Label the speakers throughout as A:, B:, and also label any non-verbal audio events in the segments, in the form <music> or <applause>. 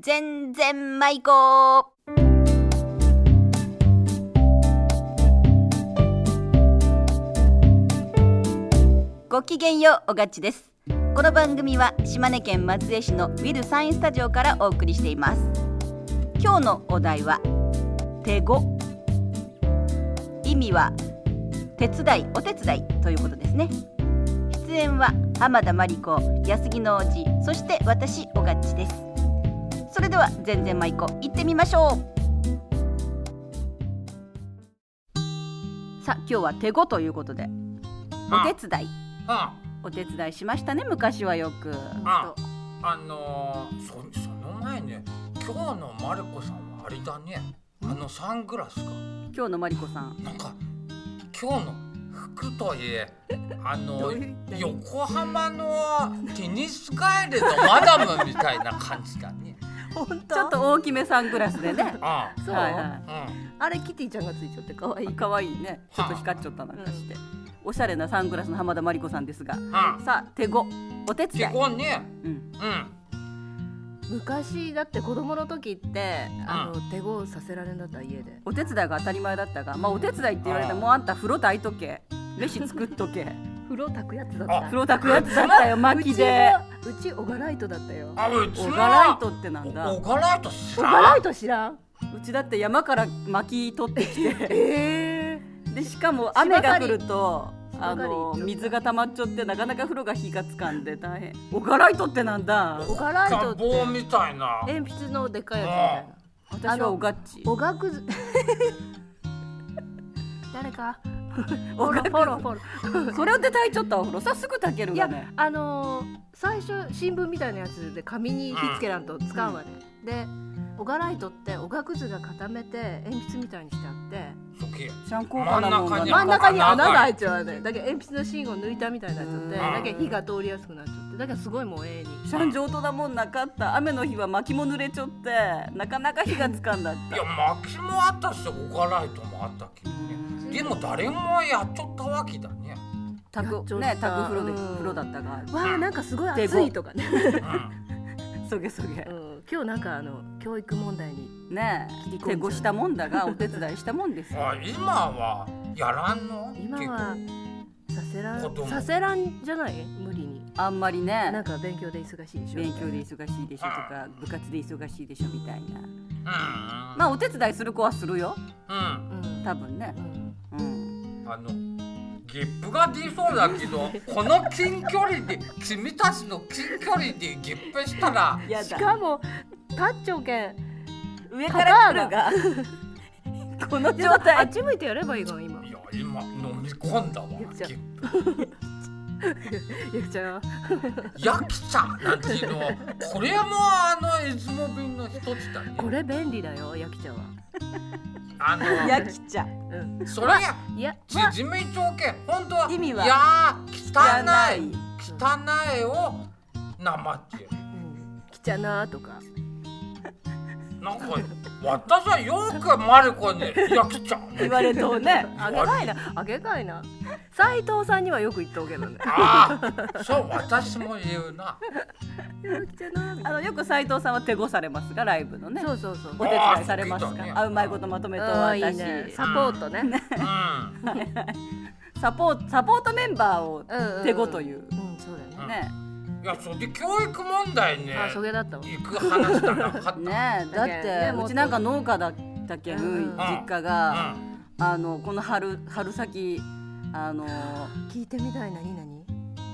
A: 全然舞子ごきげんようおがっちですこの番組は島根県松江市のウィルサインスタジオからお送りしています今日のお題は手ご意味は手伝いお手伝いということですね出演は浜田真理子安木のおじそして私おがっちですそれでは全然舞子行ってみましょうさあ今日は手ごということでお手伝い
B: あ
A: お手伝いしましたね昔はよく
B: ああのー、そその前ね今日のマルコさんはあれだねあのサングラスが
A: 今日のまりこさん
B: なんか今日の服とい
A: <laughs>
B: えあ
A: ど
B: の
A: ういう何
B: 横浜のテニスガエルのマダムみたいな感じだね
C: 本当
A: ちょっと大きめサングラスで
B: <laughs>
A: ね
B: あ
C: そう、
A: はいは
B: あうん
C: あれキティちゃんがついちゃって可愛い
A: 可愛いねちょっと光っちゃったなんかして、おしゃれなサングラスの浜田真理子さんですが
B: あ
A: さあ手ごお手
B: 結
A: 伝い、
B: 婚ね
A: うん、
B: うん
C: 昔だって子供の時ってあの、手ごさせられんだった家で
A: お手伝いが当たり前だったがまあお手伝いって言われたら
B: あー
A: もうあんた風呂炊いとけ飯作っとけ
C: 風呂炊くやつだった
A: 風呂炊くやつだったよ薪で
C: うちはうちオガライトだったよ
B: あうち
A: オ
B: も
A: ガライトってなんだ
B: オ
A: う
B: ガライト知
C: オ
B: らん
C: ガライト知らん
A: ちだって山から薪取ってき
C: <laughs>
A: て
C: ええ
A: でしかも雨が降るとあ
C: 芝刈り
A: の水が溜まっちゃってなかなか風呂が火がつかんで大変おがらいとってなんだ
C: オガライトっ
B: ガボー
C: て
B: みたいな
C: 鉛筆のでっかいやつみたい
A: 私
C: な
A: はおがっち
C: おがくず <laughs> 誰か
A: <laughs> おが
C: フ
A: く
C: ォローフォロー
A: それをで炊いちゃったお風呂さすぐ炊ける
C: い
A: が
C: や
A: ね
C: あのー最初新聞みたいなやつで紙に火つけらんと使うわね、でオガライトっておがくずが固めて鉛筆みたいにしてあって
B: すげえ
A: シャンコーかなもんが
B: い
A: ね
B: や
C: 真ん中に
B: 穴
C: 穴
B: が
C: が開いちゃうわねだけど鉛筆の芯を抜いたみたいになっちゃって
A: うん
C: だけど火が通りやすくなっちゃってだけどすごいもう永遠に
A: シャン上等だもんなかった雨の日は薪も濡れちゃってなかなか火がつかんだっ
B: いや
A: た
B: 薪もあったしオガライトもあったけどねでも誰もやっちゃったわけだね。
A: 炊く
C: や
A: ね
C: っちゃった
A: 炊く風呂で
C: うん
A: 風呂だったが
C: わあなんかすごい暑いとかね、
B: うん、
A: そげそげ
C: うん、今日なんかあの教育問題に
A: ね
C: 切り
A: え
C: 込んじゃ
A: 手
C: う
A: ごしたもんだがお手伝いしたもんですよ
B: あ今はやらんの？
C: 今はさせら
B: 子供
C: んさせらんじゃない無理に
A: あんまり
C: な
A: ね
C: んか勉強で忙しいでしょ
A: 勉強で忙しいでしょとか部活で忙しいでしょみたいな
B: 結構。
A: まあお手伝いする子はするよ
B: うん。
C: うん
A: 多分ね
C: うん
A: うん
B: うん。あのゲップが出そうだけ
C: <laughs>
B: ど、この近距離で君たちの近距離でゲップしたら、
A: や
C: し
A: だ
C: かもタッチョケ
A: 上から来るがこの
C: じゃ
A: 状
C: ああ
A: 態
C: っち向いてやればいいの今
B: いや今飲み込んだわ。ゲ
C: ゆきちゃん
B: ップ。
C: ゆきちゃん
B: ヤキちゃんなんていうのは、これもあの出雲便の一つだね。
C: これ便利だよやきちゃんは
B: あの
A: やきちゃん
C: うん
B: それや
C: いや
B: 縮め条件本当は
A: 意味はい
B: やー汚い。
A: い
B: 汚いを生って
C: うんきちゃなとか
B: なんか私はよくマルコに「いやきちゃん」
A: 言われとうね
C: <laughs> あげたいなあげたいな斉藤さんにはよく言っておけばね
B: ああそう私も言うな
C: ゆきちゃなみた
A: あ
C: い
A: のよく斉藤さんは手ごされますがライブのね
C: なそうそうそう
A: お手伝いされます
B: あーそう
A: か
B: 聞いたね
A: あうまいことまとめとう
C: あ
A: 私
C: ーいいねサポートね
B: うん
A: サポートサポートメンバーを
C: うんうん
A: 手ごという
C: うんそうだよね
A: ね
B: いやそれで教育問題ね
C: あそげだったわ
B: 行く話じゃなかった、
A: ねえだっ
C: だけどね
A: て
C: もっと
A: うちなんか農家だったけん
C: うん
A: 実家
B: う
A: が
B: ん、
A: あのこの春春先あの
C: 聞いてみたいなになに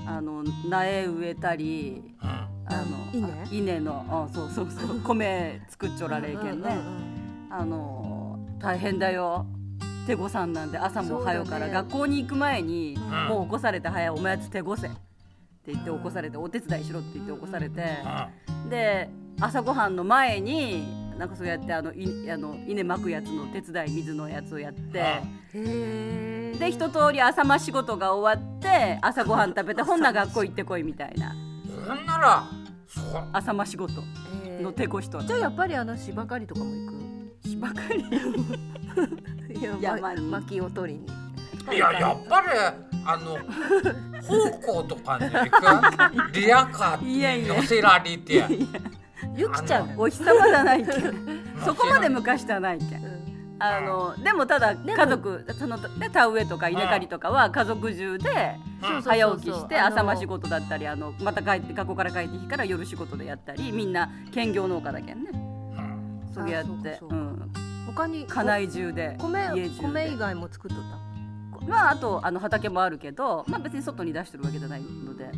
A: あの苗植えたり
B: うん、
A: あの
C: うん
A: あ稲のあそうそう <laughs> そう米作っちょられるけんねあの大変だよ手ごさんなんで朝も早うから
C: そうだね
A: 学校に行く前に
C: うん
A: もう起こされて早いお前やつ手ごせって言って起こされてお手伝いしろって言って起こされてで朝ごはんの前になんかそうやってあのいあの稲まくやつの手伝い水のやつをやって
C: へえ
A: で一通り朝ま仕事が終わって朝ごはん食べてほんなら学校行ってこいみたいな
B: うん、ほんならそう
A: 朝ま仕事の手ごしと
C: じゃあやっぱりあの芝刈りとかも行
A: 芝刈り
C: <laughs> くいや
A: 山に
C: ま薪を取りに
B: いややっぱりあの
A: <laughs>
B: <laughs> 方向とかに行くリアカーに乗せられてい
A: ゆきちゃ
B: あ
A: ん
B: の
A: お日様じゃないけ
C: <laughs>
A: ん
B: もちろん
A: <laughs> そこまで昔じゃないけんあのでもただ家族そので田植えとか稲刈りとかは家族中で
B: うん
C: そう
A: 早起きして
C: あの
A: 朝間仕事だったりあのまた帰って学校から帰ってきから夜仕事でやったりみんな兼業農家だけんね
B: うん
A: そげやって
C: あそううかそ
A: ん
C: 他に
A: 家内中で
C: 米
A: 家中
C: 米
A: で
C: 以外も作っとった
A: まああとあの畑もあるけどまあ別に外に出してるわけじゃないので
B: う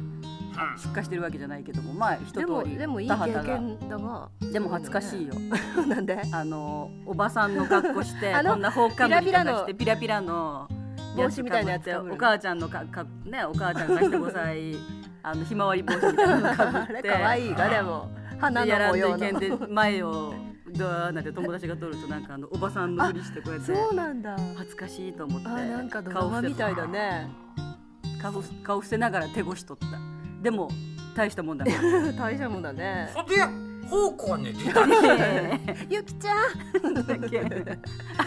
A: 出荷してるわけじゃないけどもまあ一通
C: でも
A: り
C: でもいい
A: 田
C: 経
A: 畑が
C: 験だが
A: でも恥ずかしいよ
C: そう <laughs> なんで
A: あのおばさんの格好して
C: あの
A: こんな放課後
C: ピ
A: に
C: ラピラ
A: か
C: の
A: してピラピラの
C: 帽子みたいなやつ
A: かぶって
C: かぶる
A: お母ちゃんのかかねお母ちゃんがして5歳
C: <laughs>
A: あのひまわり帽子みたいなのかぶ
C: あ
A: っ
C: れ
A: て
C: 可愛いがでも花
A: や
C: の
A: ら
C: 模
A: んと
C: 様
A: いけん
C: の
A: で前をガーなんて友達が撮るとなんかあのおばさんのふりしてこうやって
C: そうなんだ
A: 恥ずかしいと思って
C: あなんかドラ
A: 顔
C: マ
A: 伏
C: み
A: せ
C: たいだね
A: 顔伏せ顔伏せながら手越しとったでも大したもんだから
C: <laughs> 大したもん
A: <laughs>
C: だね
B: んそれで方向に出たり
C: ゆきちゃん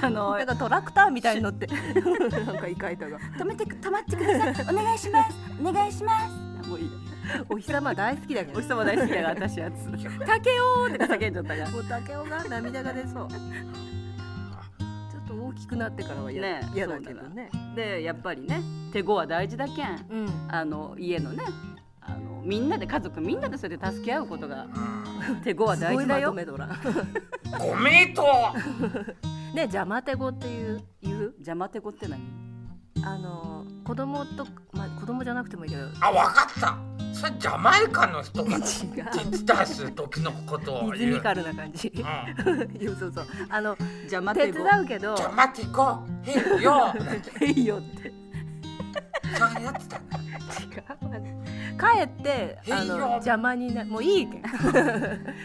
A: あの
C: <laughs> なんかトラクターみたいに乗って
A: <laughs>
C: なんかいかいたが
A: 止めてく止まってくださいお願いしますお願いしますもういい
C: お日様大好きだけ
A: お
C: ど
A: 日様大好きだが私やつ「竹雄って叫んじゃったから
C: もう竹雄が涙が出そうちょっと大きくなってからは嫌
A: ねえ
C: 嫌だけどね
A: でやっぱりね手ごは大事だけん
C: うん
A: あの家のねあのみんなで家族みんなでそれで助け合うことが
B: うん
A: 手ごは
C: す
A: 大
C: ご
A: 事
C: い
A: だ
C: まと
A: よ
C: めドラね <laughs>
B: ごめんと
C: 邪魔てごっていう言う
A: 邪魔てこって何
C: あの子供とまあ子供じゃなくてもいいけど
B: あわかったそれジャマイカの
A: <laughs>
B: 人が
C: 違
B: 実出す時のことを
C: うリズ
B: 言う
C: ミカルな感じ
B: うん
C: そうそうそうあの
A: 邪魔
C: 手
A: て
C: 伝
A: こ
C: うけど
B: じゃあ待っていこうへいよ
A: いいよって
B: そんなやつだな
C: 違うかえってあ
B: いい
C: の
B: よ
C: 邪魔になもういいけ <laughs> ん
A: 手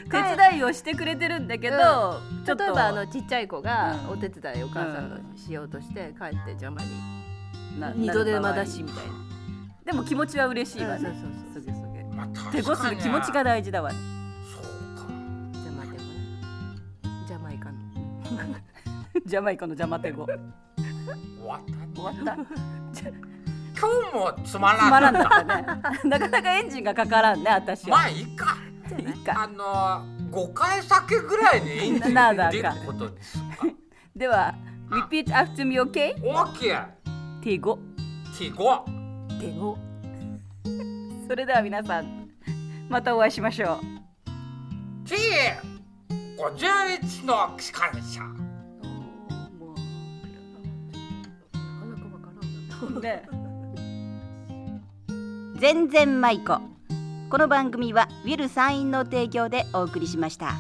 C: 手
A: 伝いをしてくれてるんだけど、ちょっと
C: 例えばあのちっちゃい子が
A: うん
C: お手伝いお母さん
A: う
C: のしようとして帰って邪魔に
A: な
C: 二度手間だ
A: な
C: し
A: る
C: みたい
A: 場合でも気持ちは嬉しい
C: な、
A: わ
C: うんそう
A: ね、
C: そ
A: そ
C: うそ
A: うげそげ
B: まあ確かに
A: 手こする気持ちが大事だわ
B: そうか
C: 邪魔でもね邪魔いかの
A: ジャマイカの邪魔てこ
B: 終わったね
A: 終わった
B: 今日もつま
A: つまら
B: らん
A: ん
B: な
A: かったねなかなかエンジンがかからんね私
B: <laughs> ま
A: は
B: あいいか
A: いいか
B: あの五回酒ぐらいでいいんじ
A: な
B: ゃ
A: あな
B: な
A: あ
B: い
A: か
B: ってことですか
A: では repeat after me okay
B: オーケー
A: 手ご
B: ティゴ
C: 手ご
A: それでは皆さんまたお会いしましょう
B: ティ五十一の機関車
C: なかなかわからんな
A: ね
D: 全然舞子この番組はウィル・サインの提供でお送りしました。